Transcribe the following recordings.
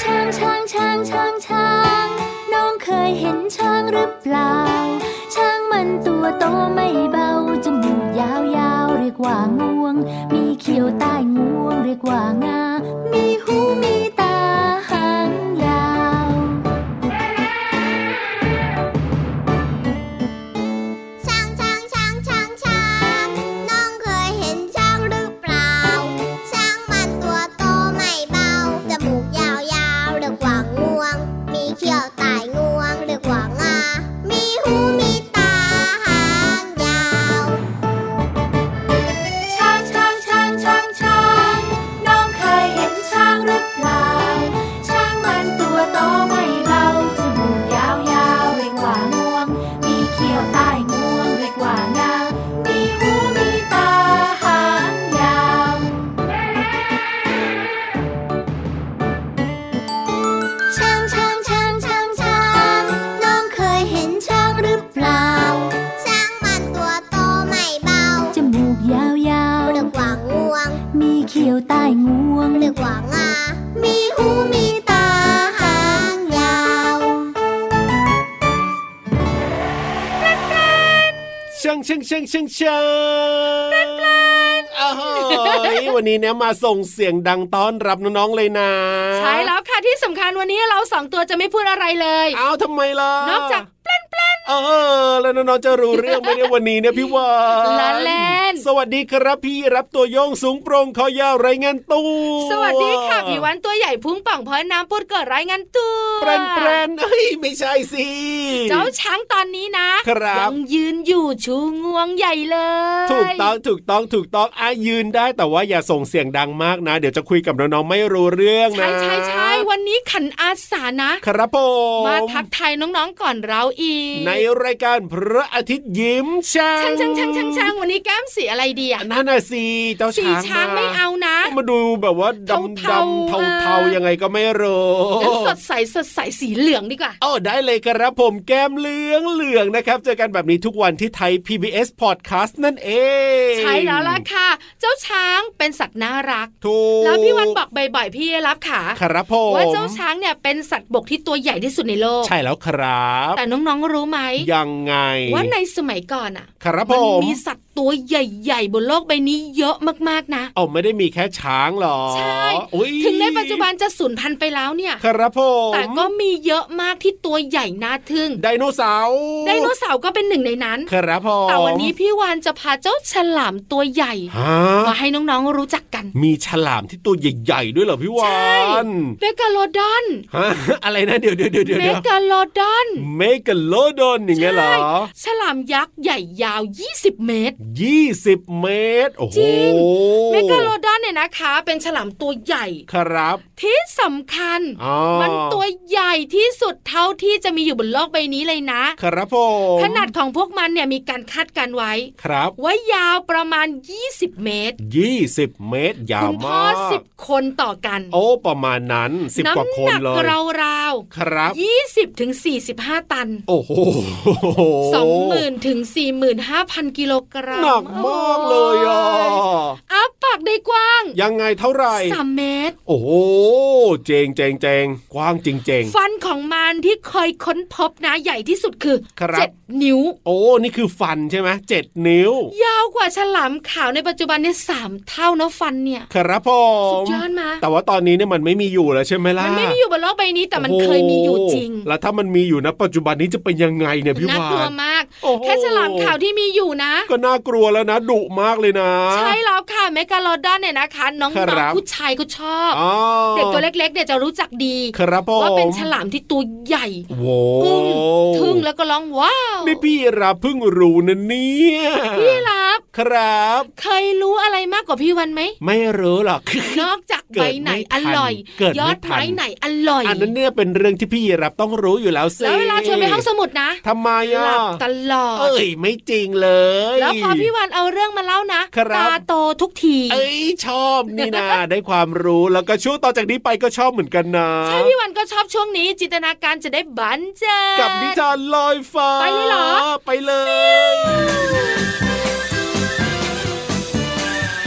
ช้างช้างช้างช้างช้างน้องเคยเห็นช้างหรือเปล่า ช้างมันตัวโตไม่เบาจมูกยาวยาวๆเรียกว่างวง มีเขียวใต้งวงเรียกว่างา มีหูมีตาหางยาว ช้างช้างช้างช้างช้างน้องเคยเห็นช้างหรือเปล่า ช้างมันตัวโตไม่เบาจมูกยาวยาวๆเรียกว่างวง มีเขี้ยวตายงวงเรียกว่างา มีหูมีตาหางยาว ช้างช้างช้างช้างช้างน้องเคยเห็นช้างหรือเปล่า ช้างมันตัวโตไม่เบาจมูกยาวยาวๆเรียกว่างวง มีเขียวใต้งวงเรียกว่างา มีหูมีตาหางยาว ช้างช้างช้างช้างช้างน้องเคยเห็นช้างหรือเปล่า ช้างมันตัวโตไม่เบา จมูกยาวๆ เรียกว่างวง มีเขียวใต้งวง เรียกว่างา มีหูมีตาหางยาว ช่างช่างช่างช่างช่างอ้าวเฮ้ยวันนี้เนี่ยมาส่งเสียงดังต้อนรับน้องๆเลยนะ ใช่แล้วค่ะที่สำคัญวันนี้เราสองตัวจะไม่พูดอะไรเลย อ้าวทำไมล่ะ นอกจากแปลนแปลน เออ แล้วน้องๆจะรู้เรื่องไหมเนี่ยวันนี้เนี่ยพี่วาน ละเล่น สวัสดีครับพี่รับตัวโยงสูงโปร่งคอยาวไรายงานตู้ สวัสดีค่ะผิววันตัวใหญ่พุงป่องเพราะน้ำปุดเกิดรายงานตัว แปรนแปรนเฮ้ยไม่ใช่สิ เจ้าช้างตอนนี้นะครับ ยังยืนอยู่ชูงวงใหญ่เลย ถูกต้องถูกต้องถูกต้องอายืนได้แต่ว่าอย่าส่งเสียงดังมากนะ เดี๋ยวจะคุยกับน้องๆไม่รู้เรื่องนะ ใช่ใช่ใช่วันนี้ขันอาสานะครับ ผม มาทักทายน้องๆก่อนเราอีก ในรายการพระอาทิตย์ยิ้มช่าง ช่างช่างช่างช่างช่างวันนี้แก้มสีอะไรดีอะ นั่นน่ะสิเจ้า สี ช้าง ช้างไม่เอานะ มาดูแบบว่าดำ เทา ดำ ๆ เทา เออ เทาๆยังไงก็ไม่รู้ งั้นสดใสสดใสสีเหลืองดีกว่า โอ้ได้เลยครับผมแก้มเหลืองเหลืองนะครับ เจอกันแบบนี้ทุกวันที่ไทย PBS Podcast นั่นเอง ใช่แล้วล่ะค่ะ เจ้าช้างเป็นสัตว์น่ารัก ถูก แล้วพี่วันบอกบ่อยๆพี่รับขา ครับผม ว่าเจ้าช้างเนี่ยเป็นสัตว์บกที่ตัวใหญ่ที่สุดในโลก ใช่แล้วครับ แต่น้องๆรู้ไหม ยังไง ว่าในสมัยก่อนอ่ะ ครับผ มั ม มีสัตว์ตัวใหญ่ๆ บนโลกใบนี้เยอะมากๆนะ เอาไม่ได้มีแค่ช้างหรอ ใช่ อุ๊ย ถึงในปัจจุบันจะสูญพันธุ์ไปแล้วเนี่ย ครับผม แต่ก็มีเยอะมากที่ตัวใหญ่น่าทึ่ง ไดโนเสาร์ ไดโนเสาร์ก็เป็นหนึ่งในนั้น ครับผม แต่วันนี้พี่วานจะพาเจ้าฉลามตัวใหญ่ ฮะ มาให้น้องๆรู้จักกัน มีฉลามที่ตัวใหญ่ๆด้วยเหรอพี่วาน เมกาโลดอน ฮะ อะไรนะเดี๋ยวเดี๋ยวเดี๋ยวเดี๋ยว เมกาโลดอน เมกะโลดอนอย่างเงี้ยเหรอ ใช่ฉลามยักษ์ใหญ่ยาว 20 เมตร ยี่สิบเมตร โอ้โห จริง เมกาโลดอนเนี่ยนะคะ เป็นฉลามตัวใหญ่ ครับ ที่สำคัญ อ๋อ มันตัวใหญ่ที่สุดเท่าที่จะมีอยู่บนโลกใบนี้เลยนะ ครับผม ขนาดของพวกมันเนี่ยมีการคาดการณ์ไว้ ครับ ว่ายาวประมาณ 20 เมตร ยี่สิบเมตรยา คุ ว ณพ่อ มาก สิบคนต่อกัน โอ้ประมาณนั้นสิบกว่าคน น้ำหนัก เลย ราว ครับ ๆยี่สิบถึงสี่สิบห้าตัน โอ้โห สองหมื่นถึงสี่หมื่นห้าพันกิโลกรัม หนักมากเลยอ่ะ อ้าปากได้กว้าง ยังไงเท่าไหร่ สามเมตร โอ้โห เจงเจงเจงกว้างจริงเจง ฟันของมันที่เคยค้นพบนะใหญ่ที่สุดคือ ครับ เจ็ดนิ้ว โอ้ นี่คือฟันใช่ไหมเจ็ดนิ้ว ยาวกว่าฉลามขาวในปัจจุบันเนี่ยสามเท่านะฟันเนี่ย ครับผ สุ ม ดยอดมา แต่ว่าตอนนี้เนี่ยมันไม่มีอยู่แล้วใช่ไหมล่ะ มันไม่ได้อยู่บนโลกใบนี้แต่มัน โอ้โห เคยมีอยู่จริง แล้วถ้ามันมีอยู่นะปัจจุบันนี้จะเป็นยังไงเนี่ยน่าวพี่าก ลัวน มาก โอ้โห แค่ฉลามขาวที่มีอยู่นะ ก็น่ากลัวแล้วนะดุมากเลยนะ ใช่แล้วค่ะเมกาโลดอนเนี่ยนะคะ น้อง ครับ ๆผู้ชายก็ชอบ อ๋อ เด็กตัวเล็กๆเนี่ยจะรู้จักดี ครับผม ว่าเป็นฉลามที่ตัวใหญ่ โว้ กุ้งทึ่งแล้วก็ร้องว้าว นี่พี่รับเพิ่งรู้นะเนี่ย พี่รับ ครับ เคยรู้อะไรมากกว่าพี่วันไหม ไม่รู้หรอก นอกจาก เกิ ใบ ดไม่ ไหน ทั อน ร่อย เกิดไม่ ยอด ทัน ไม้ไหนอร่อย อันนั้นเนี่ยเป็นเรื่องที่พี่รับต้องรู้อยู่แล้วสิ แล้วเวลาชวนไปห้องสมุดนะ ทำไม ห อ่ะ ลับตลอด เอ้ยไม่จริงเลย แล้วพอพี่วันเอาเรื่องมาเล่านะครับ ตาโตทุกที เอ้ยชอบนี่ นะ ได้ความรู้แล้วก็ช่วงต่อจากนี้ไปก็ชอบเหมือนกันนะ ใช่พี่วันก็ชอบช่วงนี้ จินตนาการจะได้บันเจิด กับนิทานลอยฟ้า ไปเลยเหรอ ไปเลย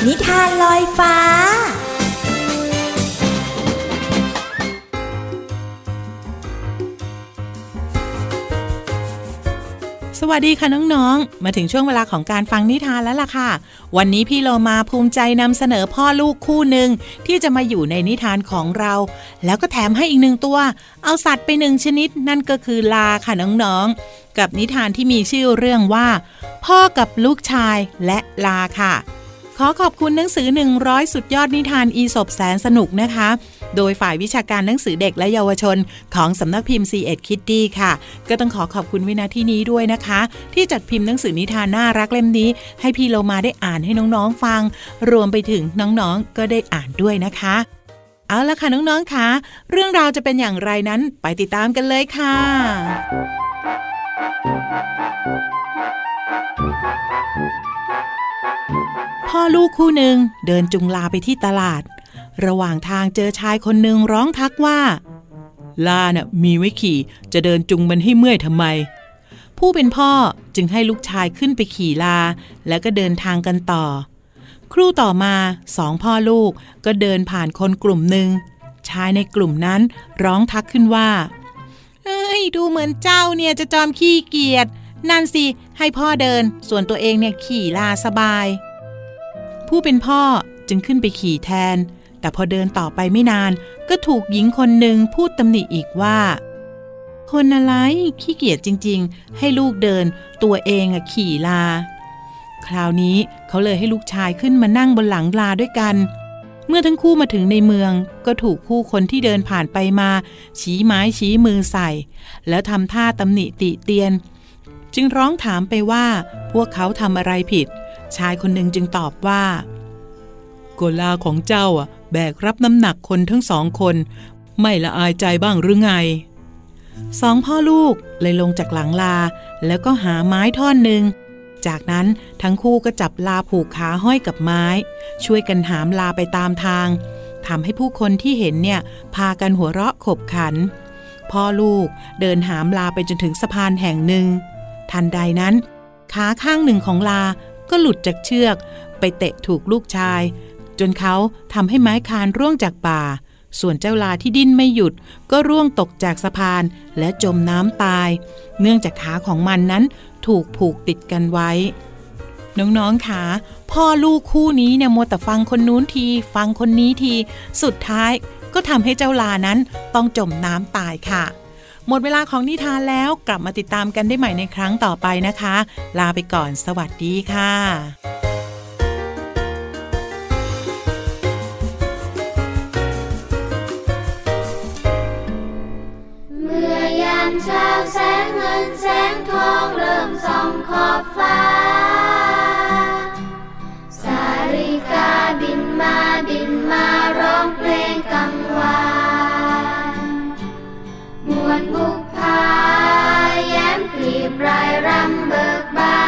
นิทานลอยฟ้า สวัสดีค่ะน้องๆ มาถึงช่วงเวลาของการฟังนิทานแล้วล่ะค่ะ วันนี้พี่โลมาภูมิใจนำเสนอพ่อลูกคู่หนึ่งที่จะมาอยู่ในนิทานของเรา แล้วก็แถมให้อีกหนึ่งตัว เอาสัตว์ไปหนึ่งชนิดนั่นก็คือลาค่ะน้องๆ กับนิทานที่มีชื่อเรื่องว่า พ่อกับลูกชายและลาค่ะ ขอขอบคุณหนังสือ 100 สุดยอดนิทานอีสบแสนสนุกนะคะ โดยฝ่ายวิชาการหนังสือเด็กและเยาวชน ของสำนักพิมพ์ c ีเอ็ดคิตตี้ค่ะ ก็ต้องขอขอบคุณวินาที่นี้ด้วยนะคะ ที่จัดพิมพ์หนังสือนิทานน่ารักเล่มนี้ ให้พี่เรามาได้อ่านให้น้องๆฟัง รวมไปถึงน้องๆ ก็ได้อ่านด้วยนะคะ เอาละค่ะน้องๆค่ะเรื่องราวจะเป็นอย่างไรนั้นไปติดตามกันเลยค่ะ พ่อลูกคู่หนึ่งเดินจุงลาไปที่ตลาด ระหว่างทางเจอชายคนหนึ่งร้องทักว่า ลาน่ะมีไว้ขี่ จะเดินจุงมันให้เมื่อยทำไม ผู้เป็นพ่อจึงให้ลูกชายขึ้นไปขี่ลา แล้วก็เดินทางกันต่อ ครู่ต่อมาสองพ่อลูกก็เดินผ่านคนกลุ่มหนึ่ง ชายในกลุ่มนั้นร้องทักขึ้นว่า เอ้ยดูเหมือนเจ้าเนี่ยจะจอมขี้เกียจนั่นสิให้พ่อเดิน ส่วนตัวเองเนี่ยขี่ลาสบาย ผู้เป็นพ่อจึงขึ้นไปขี่แทน แต่พอเดินต่อไปไม่นาน ก็ถูกหญิงคนหนึ่งพูดตำหนิอีกว่า คนอะไรขี้เกียจจริงๆ ให้ลูกเดิน ตัวเองอะขี่ลา คราวนี้เขาเลยให้ลูกชายขึ้นมานั่งบนหลังลาด้วยกัน เมื่อทั้งคู่มาถึงในเมือง ก็ถูกคู่คนที่เดินผ่านไปมา ชี้ไม้ชี้มือใส่ แล้วทำท่าตำหนิติเตียน จึงร้องถามไปว่า พวกเขาทำอะไรผิด ชายคนหนึ่งจึงตอบว่า โกลาของเจ้าอะแบกรับน้ำหนักคนทั้งสองคน ไม่ละอายใจบ้างหรือไง สองพ่อลูกเลยลงจากหลังลา แล้วก็หาไม้ท่อนหนึ่ง จากนั้นทั้งคู่ก็จับลาผูกขาห้อยกับไม้ ช่วยกันหามลาไปตามทางทำให้ผู้คนที่เห็นเนี่ย พากันหัวเราะขบขัน พ่อลูกเดินหามลาไปจนถึงสะพานแห่งหนึ่ง ทันใดนั้น ขาข้างหนึ่งของลาก็หลุดจากเชือก ไปเตะถูกลูกชาย จนเขาทำให้ไม้คานร่วงจากป่า ส่วนเจ้าลาที่ดิ้นไม่หยุด ก็ร่วงตกจากสะพานและจมน้ำตาย เนื่องจากขาของมันนั้นถูกผูกติดกันไว้ น้องๆค่ะพ่อลูกคู่นี้เนี่ยมัวแต่ฟังคนนู้นที ฟังคนนี้ที สุดท้ายก็ทำให้เจ้าลานั้นต้องจมน้ำตายค่ะ หมดเวลาของนิทานแล้วกลับมาติดตามกันได้ใหม่ในครั้งต่อไปนะคะ ลาไปก่อนสวัสดีค่ะ เมื่อยามเช้าแสงเงินแสงทองเริ่มส่องขอบฟ้า สาริกาบินมาบินมาร้องเพลงกังวานมวนบุกพาแย้มปลีบรายรำเบิกบา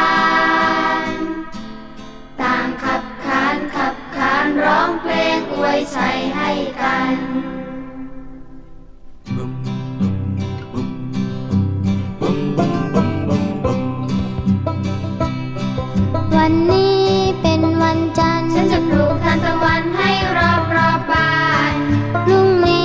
น ต่างขับขานขับขานร้องเพลงอวยชัยให้กัน วันนี้เป็นวันจันทร์ ฉันจะปลูกทานตะวันให้รอบรอบๆบ้าน พรุ่งนี้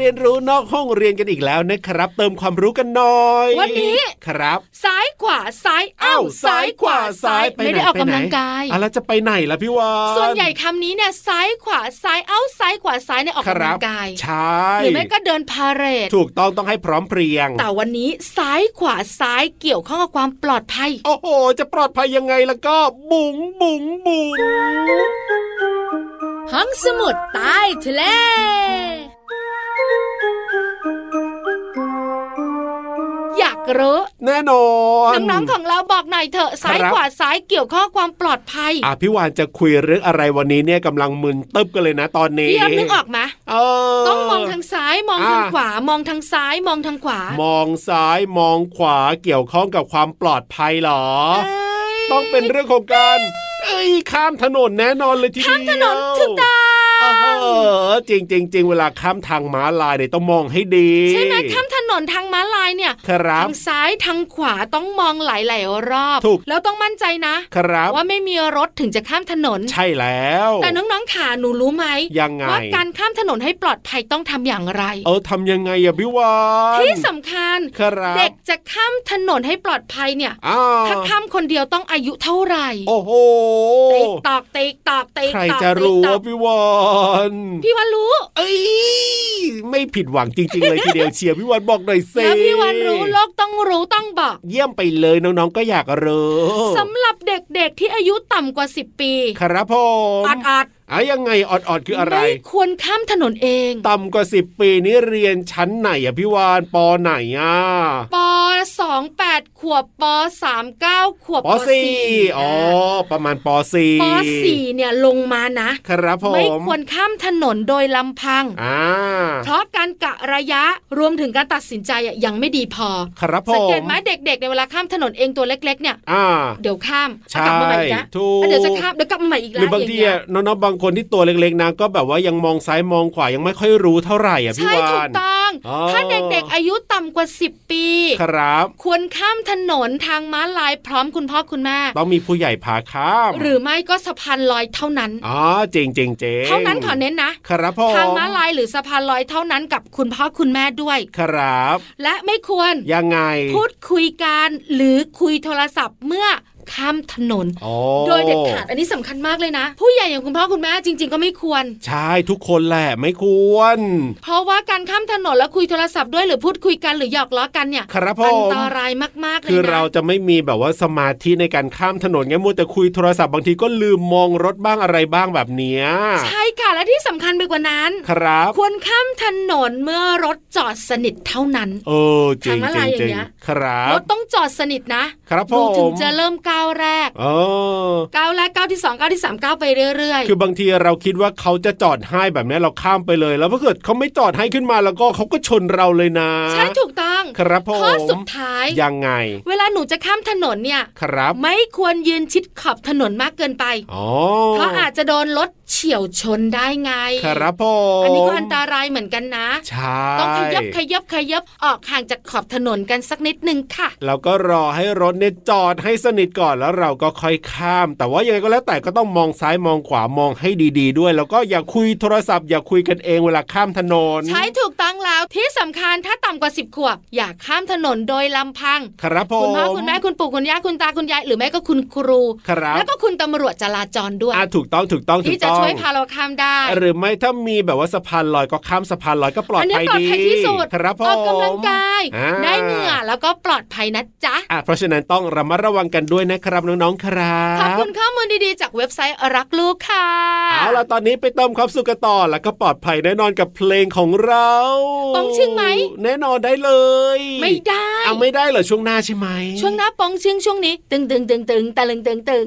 รียนรู้นอกห้องเรียนกันอีกแล้วนะครับ เติมความรู้กันหน่อย วันนี้ ครับ ซ้ายขวาซ้าย เอ้าซ้ายขวาซ้ายปหน ไม่ได้ออก ป กำ หน ลังกาย อ่ะแล้วจะไปไหนล่ะพี่วาน ส่วนใหญ่คำนี้เนี่ยซ้ายขวาซ้ายเอ้าซ้ายขวาซ้ายเนี่ยออก ค กำลั รับ งกาย ใช่ หรือไม่ก็เดินพาเหรด ถูกต้องต้องให้พร้อมเพรียง แต่วันนี้ซ้ายขวาซ้ายเกี่ยวข้องกับความปลอดภัย โอ้โห จะปลอดภัยยังไงล่ะก็ บุ๋งบุ๋งบุ๋ง ห้องสมุดใต้ทะเล อยากรู้ แน่นอน น้องๆของเราบอกหน่อยเถอะซ้าย ครับ ขวาซ้ายเกี่ยวข้องกับความปลอดภัย อ่ะพี่วานจะคุยเรื่องอะไรวันนี้เนี่ยกำลังมึนตึบกันเลยนะตอนนี้ พี่ยอมนึกออกไหม เออ ต้องมองทางซ้ายมองทาง อ่า ขวามองทางซ้ายมองทางขวาม องซ้ายมองขวาเกี่ยวข้องกับความปลอดภัยเหรอ เอ้ย ต้องเป็นเรื่องของการเอ้ยข้ามถนนแน่นอนเลยทีเดียวข้ามถนน ถึงตา เออจริงจริงจริงเวลาข้ามทางม้าลายเนี่ยต้องมองให้ดี ใช่ไหมข้ามถนนทางม้าลายเนี่ย ครับ ทางซ้ายทางขวาต้องมองหลายๆรอบ ถูก แล้วต้องมั่นใจนะ ครับ ว่าไม่มีรถถึงจะข้ามถนน ใช่แล้ว แต่น้องๆขาหนูรู้ไหม ยังไง ว่าการข้ามถนนให้ปลอดภัยต้องทำอย่างไร เออทำยังไงอะพี่วาน ที่สำคัญ ครับ เด็กจะข้ามถนนให้ปลอดภัยเนี่ย อ้าว ถ้าข้ามคนเดียวต้องอายุเท่าไหร่ โอ้โห ติ๊กตอกติ๊กตอกติ๊ก ใคร ตอก จะ ติ๊ก รู้ ตอ ว่าก พี่วาน พี่วันรู้ เอ้ยไม่ผิดหวังจริง ๆ เลยทีเดียวเชียร์พี่วานบอกหน่อยสิ แล้วพี่วันรู้โลกต้องรู้ต้องบอก เยี่ยมไปเลยน้องๆก็อยากรู้ สำหรับเด็กๆที่อายุต่ำกว่า 10 ปี ครับผม อัดอัด อ่ะยังไงออดๆคืออะไร ไม่ควรข้ามถนนเอง ต่ำกว่าสิบปีนี้เรียนชั้นไหนอะพี่วานปอไหนอะ ปสองแปดขวบปสามเก้าขวบ ปอสี่อ๋อประมาณปอสี่ ปสี่เนี่ยลงมานะ ครับผม ไม่ควรข้ามถนนโดยลำพัง อ่า เพราะการกะระยะรวมถึงการตัดสินใจอะยังไม่ดีพอ ครับผม สังเกตไหมเด็กๆในยเวลาข้ามถนนเองตัวเล็ก ๆ เนี่ย อ่า เดี๋ยวข้าม ใช่ อ่ะกลับมาใหม่อีกนะ ถูก อ่ะเดี๋ยวจะข้ามเดี๋ยวกลับมาใหม่อีก ห แล้ รื ว อบาง อย่าง ที เงี้ย อะน้องๆบางคนที่ตัวเล็กๆนะก็แบบว่ายังมองซ้ายมองขวายังไม่ค่อยรู้เท่าไหร่อ่ะพี่ ใช่ วา ถู น กต้อง อ๋อ ถ้าเด็กๆอายุต่ำกว่า 10 ปี ครับ ควรข้ามถนนทางม้าลายพร้อมคุณพ่อคุณแม่ ต้องมีผู้ใหญ่พาข้าม หรือไม่ก็สะพานลอยเท่านั้น อ๋อเจ๋งเจ๋งเจ๋ง เท่านั้นขอเน้นนะครับ ผม ทางม้าลายหรือสะพานลอยเท่านั้นกับคุณพ่อคุณแม่ด้วย ครับ และไม่ควร ยังไง พูดคุยกันหรือคุยโทรศัพท์เมื่อข้ามถนน อ๋อ โดยเด็ดขาดอันนี้สำคัญมากเลยนะ ผู้ใหญ่อย่างคุณพ่อคุณแม่จริง ๆ ก็ไม่ควร ใช่ทุกคนแหละไม่ควร เพราะว่าการข้ามถนนแล้วคุยโทรศัพท์ด้วยหรือพูดคุยกันหรือหยอกล้อกันเนี่ย ครับผ อั ม ตรายมากๆเลยนะ คือเราจะไม่มีแบบว่าสมาธิในการข้ามถนนไงมัวแต่คุยโทรศัพท์บางทีก็ลืมมองรถบ้างอะไรบ้างแบบเนี้ย ใช่ค่ะและที่สำคัญไปกว่านั้น ครับ ควรข้ามถนนเมื่อรถจอดสนิทเท่านั้น เออเจ๋งเจ๋งเจ๋งครับ รถต้องจอดสนิทนะครับ ผม ดูถึงจะเริ่มก้าวแรก เออ ก้าวแรกก้าวที่สองก้าวที่สามก้าวไปเรื่อยๆ คือบางทีเราคิดว่าเขาจะจอดให้แบบนี้เราข้ามไปเลย แล้วถ้าเกิดเขาไม่จอดให้ขึ้นมาแล้วก็เขาก็ชนเราเลยนะ ใช่ถูกต้อง ครับผม ข้อสุดท้าย ยังไง เวลาหนูจะข้ามถนนเนี่ย ครับ ไม่ควรยืนชิดขอบถนนมากเกินไป อ๋อ เพราะอาจจะโดนรถเฉี่ยวชนได้ไง ครับผม อั อั นนี้ก็อันตรายเหมือนกันนะ ใช่ ต้องขยับขยับขยับออกห่างจากขอบถนนกันสักนิดนึงค่ะ เราก็รอให้รถเนี่ยจอดให้สนิทก่อนแล้วเราก็ค่อยข้าม แต่ว่ายังไงก็แล้วแต่ก็ต้องมองซ้ายมองขวามองให้ดี ๆ ด้วย แล้วก็อย่าคุยโทรศัพท์ อย่าคุยกันเองเวลาข้ามถนน ใช้ถูกต้องแล้วที่สำคัญถ้าต่ำกว่า 10 ขวบ อย่าข้ามถนนโดยลำพัง ครับผม คุณพ่อคุณแม่คุณปู่คุณย่าคุณตาคุณยายหรือแม่ก็คุณครู ครับ แล้วก็คุณตำรวจจราจรด้วย อ่ะถูกต้องถูกต้องถู ที่ ก จะ ต้อง ช่วยพาเราข้ามได้ หรือไม่ถ้ามีแบบว่าสะพานลอยก็ข้ามสะพานลอยก็ปลอด อันนี้ ภัย ปลอด ดี ภัยที่สุด ครับผม ออกกำลังกาย อ่ ได้เหงื่อแล้วก็ปลอดภัยนะจ๊ะ อ่ะเพราะฉะนั้นต้องระมัดระวังกันด้วยนะครับน้องๆครับ ขอบคุณข้อมูลดีๆ จากเว็บไซต์รักลูกค่ะ เอาล่ะตอนนี้ไปเติมความสุขกันต่อแล้วก็ปลอดภัยแน่นอนกับเพลงของเรา ปองชิงไหม แน่นอนได้เลย ไม่ได้ เอาไม่ได้เหรอช่วงหน้าใช่ไหม ช่วงหน้าปองเชิงช่วงนี้ ตึงตึงตึงตึงตะลึงตึงตึง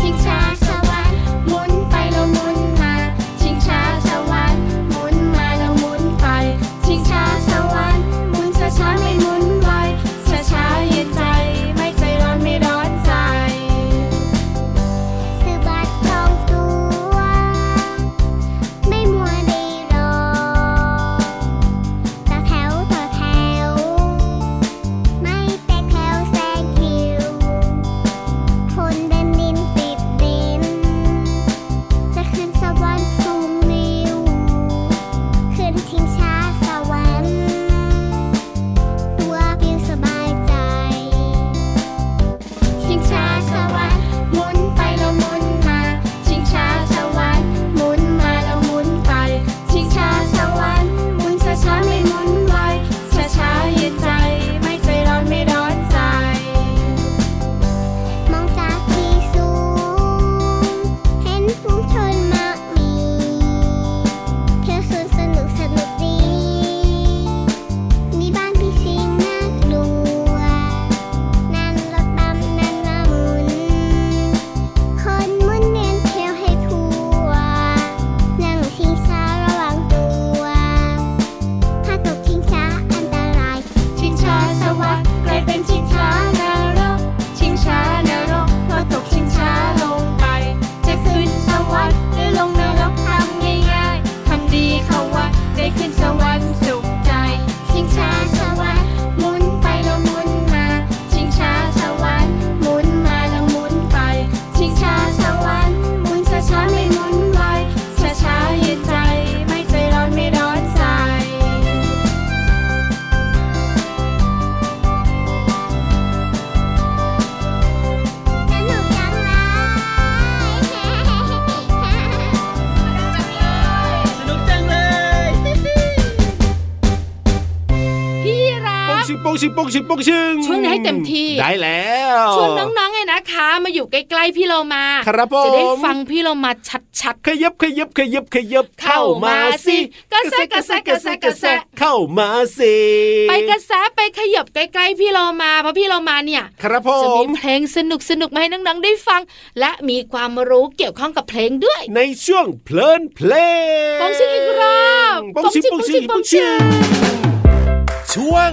ชิงช้าสวรรค์หมุนไปแล้วหมุนมา ชิงช้าสวรรค์หมุนมาแล้วหมุนไป ชิงช้าสวรรค์หมุนช้าช้าๆไม่หมุนไวช้าช้าๆเย็นใจ ไม่ใจร้อนไม่ร้อนใจ สะบัดทองตัว ชิปงชิปงชิปงชิง ช่วงนี้ให้เต็มที่ ได้แล้ว ชวนน้องๆไงนะคะ มาอยู่ใกล้ๆพี่เรามา ครับผม จะได้ฟังพี่เรามาชัด ขยับขยับขยับขยับ เข้ามาสิกระแซะกระแซะกระแซะกระแซะ เข้ามาสิ ๆ ไปกระแสไปขยับใกล้ๆพี่เรามาเพราะพี่เรามาเนี่ย ครับผ จะมี ม เพลงสนุกสนุกๆมาให้น้องๆได้ฟัง และมีความรู้เกี่ยวข้องกับเพลงด้วย ในช่วงเพลินเพลง ปองชิงอีกรอบ ปองชิงป ป อ อง งชิ ชิง ง ป ป อ อง งชิ ชิง ง ช่วง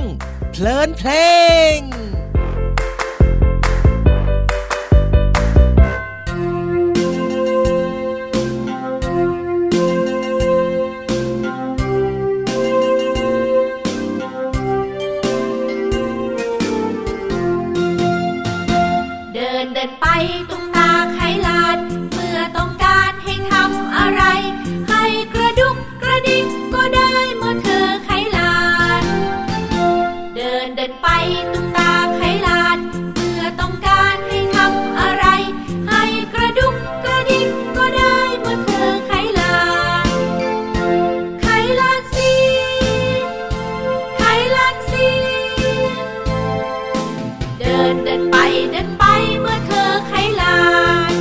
เพลินเพลง เดินเดินไปตรงตาไขลาน เมื่อต้องการให้ทำอะไร ให้กระดุกกระดิกก็ได้เมื่อเธอไขลาน เดินเดินไปตรงตาไขลาน เมื่อต้องการให้ทำอะไร ให้กระดุกกระดิกก็ได้เมื่อเธอไขลาน ไขลานสิไขลานสิ เดินเดินไปเดินไปเมื่อเธอไขลาน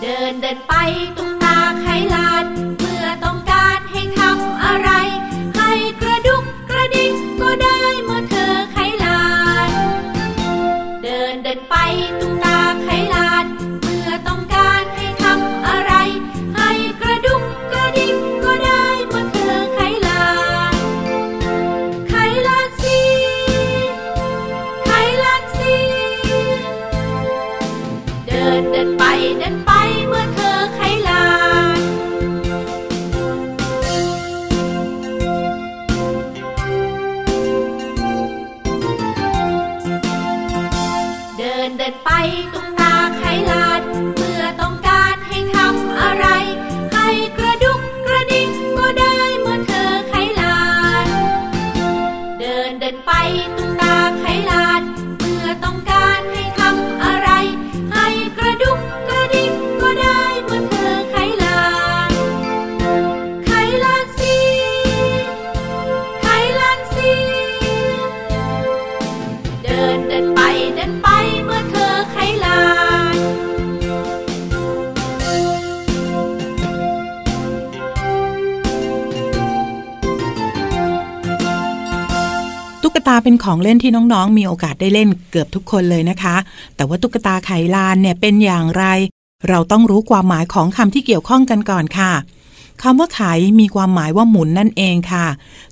เดินเดินไปตรงตาไขลาน เมื่อต้องการให้ทำอะไร ให้กระดุกกระดิกก็ได้เมื่อเธอไขลาน เดินเดินไปตรงตาไขลาน เมื่อต้องการให้ทำอะไร ให้กระดุกกระดิกก็ได้เมื่อเธอไขลานไขลานสิไขลานสิเดินเดินไปเดินไปเมื่อเธอไขลาน เดินเดินไปตรงตาไขลาน เมื่อต้องการให้ทำอะไร ให้กระดุกกระดิกก็ได้เมื่อเธอไขลาน เดินเดินไปตรงตาไขลาน เมื่อต้องการให้ทำอะไร ให้กระดุกกระดิกก็ได้เมื่อเธอไขลานไขลานสิไขลานสิ เดินเดินไปเดินไปเมื่อเธอไขลาน ตุ๊กตาเป็นของเล่นที่น้องๆ มีโอกาสได้เล่นเกือบทุกคนเลยนะคะ แต่ว่าตุ๊กตาไขลานเนี่ยเป็นอย่างไร เราต้องรู้ความหมายของคำที่เกี่ยวข้องกันก่อนค่ะคำว่าไขมีความหมายว่าหมุนนั่นเองค่ะ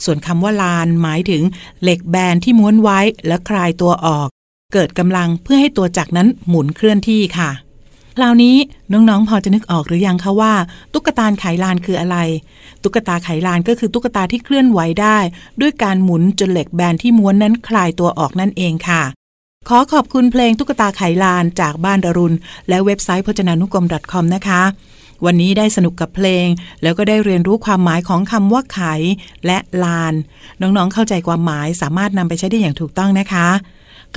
ส่วนคำว่าลานหมายถึงเหล็กแบนที่ม้วนไว้และคลายตัวออก เกิดกำลังเพื่อให้ตัวจักรนั้นหมุนเคลื่อนที่ค่ะ คราวนี้น้องๆ พอจะนึกออกหรือยังคะว่า ตุ๊กตาไขลานคืออะไร ตุ๊กตาไขลานก็คือตุ๊กตาที่เคลื่อนไหวได้ ด้วยการหมุนจนเหล็กแบนที่ม้วนนั้นคลายตัวออกนั่นเองค่ะ ขอขอบคุณเพลงตุ๊กตาไขลานจากบ้านดารุณ และเว็บไซต์พจนานุกรม .com นะคะ วันนี้ได้สนุกกับเพลง แล้วก็ได้เรียนรู้ความหมายของคำว่าไขและลาน น้องๆ เข้าใจความหมายสามารถนำไปใช้ได้อย่างถูกต้องนะคะ ก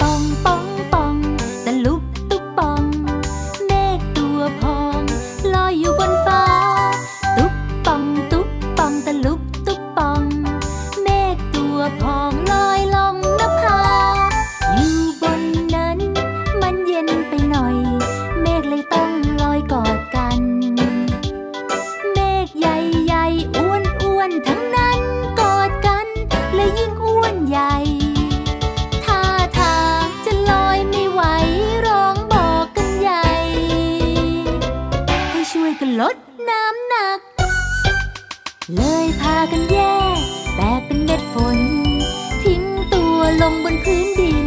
ปองปองปองตะลุกตุกปอง เมฆตัวพองลอยอยู่บนฟ้า ตุกปองตุกปองตะลุกตุกปอง เมฆตัวพองลอยลงนภา อยู่บนนั้น มันเย็นไปหน่อย เมฆเลยต้องลอยกอดกัน เมฆใหญ่ๆอ้วนอ้วนๆทั้งนั้นกอดกัน และยิ่งอ้วนใหญ่ ท่าทางจะลอยไม่ไหวร้องบอกกันใหญ่ ให้ช่วยกันลดน้ำหนัก เลยพากันแยกแตกเป็นเม็ดฝน ทิ้งตัวลงบนพื้นดิน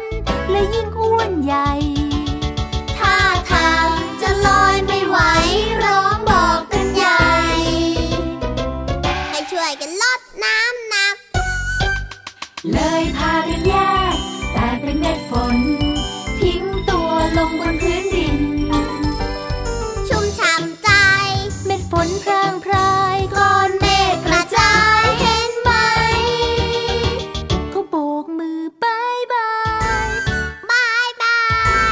นใหญ่ ท่าทางจะลอยไม่ไหวร้องบอกกันใหญ่ ให้ช่วยกันลดน้ำหนัก เลยพากันแยก แต่เป็นเม็ดฝน ทิ้งตัวลงบนพื้นดิน ชุ่มฉ่ำใจ เม็ดฝนพรางพรายก้อนเมฆก ก ระ ระ จา จาย ยเห็นไหม เขาโบกมือบายบาย บายบา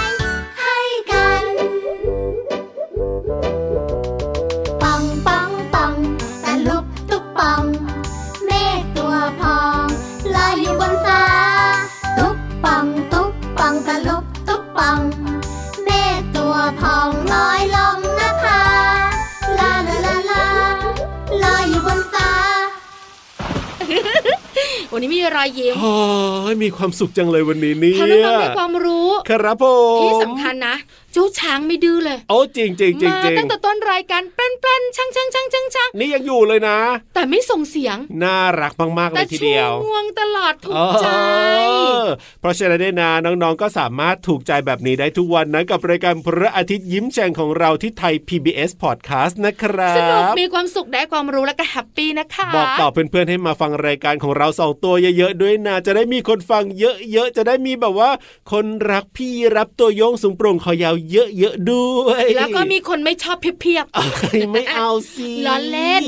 ย ให้กัน ปังปังปังตะลุบตุบปัง เมฆตัวพองลอยอยู่บนฟ้า ตุบปังตุบปังตะลุบตุบปัง เมฆตัวพองลอยลงนภาลาลาลาลาลอยอยู่บนฟ้า วันนี้มีรอยยิ้ม โอ้ยมีความสุขจังเลยวันนี้เนี่ เพราะน้ ย องๆได้ความรู้ ครับผม ที่สำคัญนะเจ้าช้างไม่ดื้อเลย โอ้จริงจริงจริง มา จริง ตั้งแต่ต้นรายการปลันปลันช่างช่างช่างช่างช่าง นี่ยังอยู่เลยนะ แต่ไม่ส่งเสียง น่ารักมากๆเล แต่ ยที ชู เดียว งวงตลอดถูกใจ เออเพราะฉะนั้นเนี่ยนะน้องๆ ก็สามารถถูกใจแบบนี้ได้ทุกวันนะกับรายการพระอาทิตย์ยิ้มแฉ่งของเราที่ไทย PBS Podcast นะครั สนุก บ มีความสุขได้ความรู้แล้วก็แฮปปี้นะคะ บอกต่อเพื่อนๆ ให้มาฟังรายการของเราสองตัวเยอะๆ ด้วยนะ จะได้มีคนฟังเยอะๆ จะได้มีแบบว่า คนรักพี่รับตัวโยงสูงโปร่งคอยาวเยอะๆ ด้วย แล้วก็มีคนไม่ชอบเพียบ เอ้ยไม่เอาสิ ล้อเล่น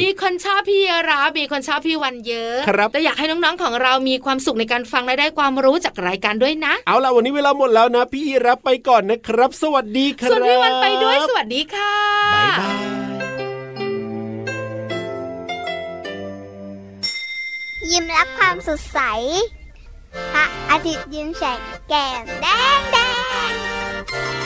มีคนชอบพี่รามีคนชอบพี่วันเยอะ ครับ แต่อยากให้น้องๆของเรามีความสุขในการฟังและได้ความรู้จากรายการด้วยนะ เอาล่ะวันนี้เวลาหมดแล้วนะ พี่รับไปก่อนนะครับ สวัสดีครับ ส่วนพี่วันไปด้วยสวัสดีค่ะ บ๊ายบาย ยิ้มรับความสดใส พระอาทิตย์ยิ้มแฉกแก้มแดงแดง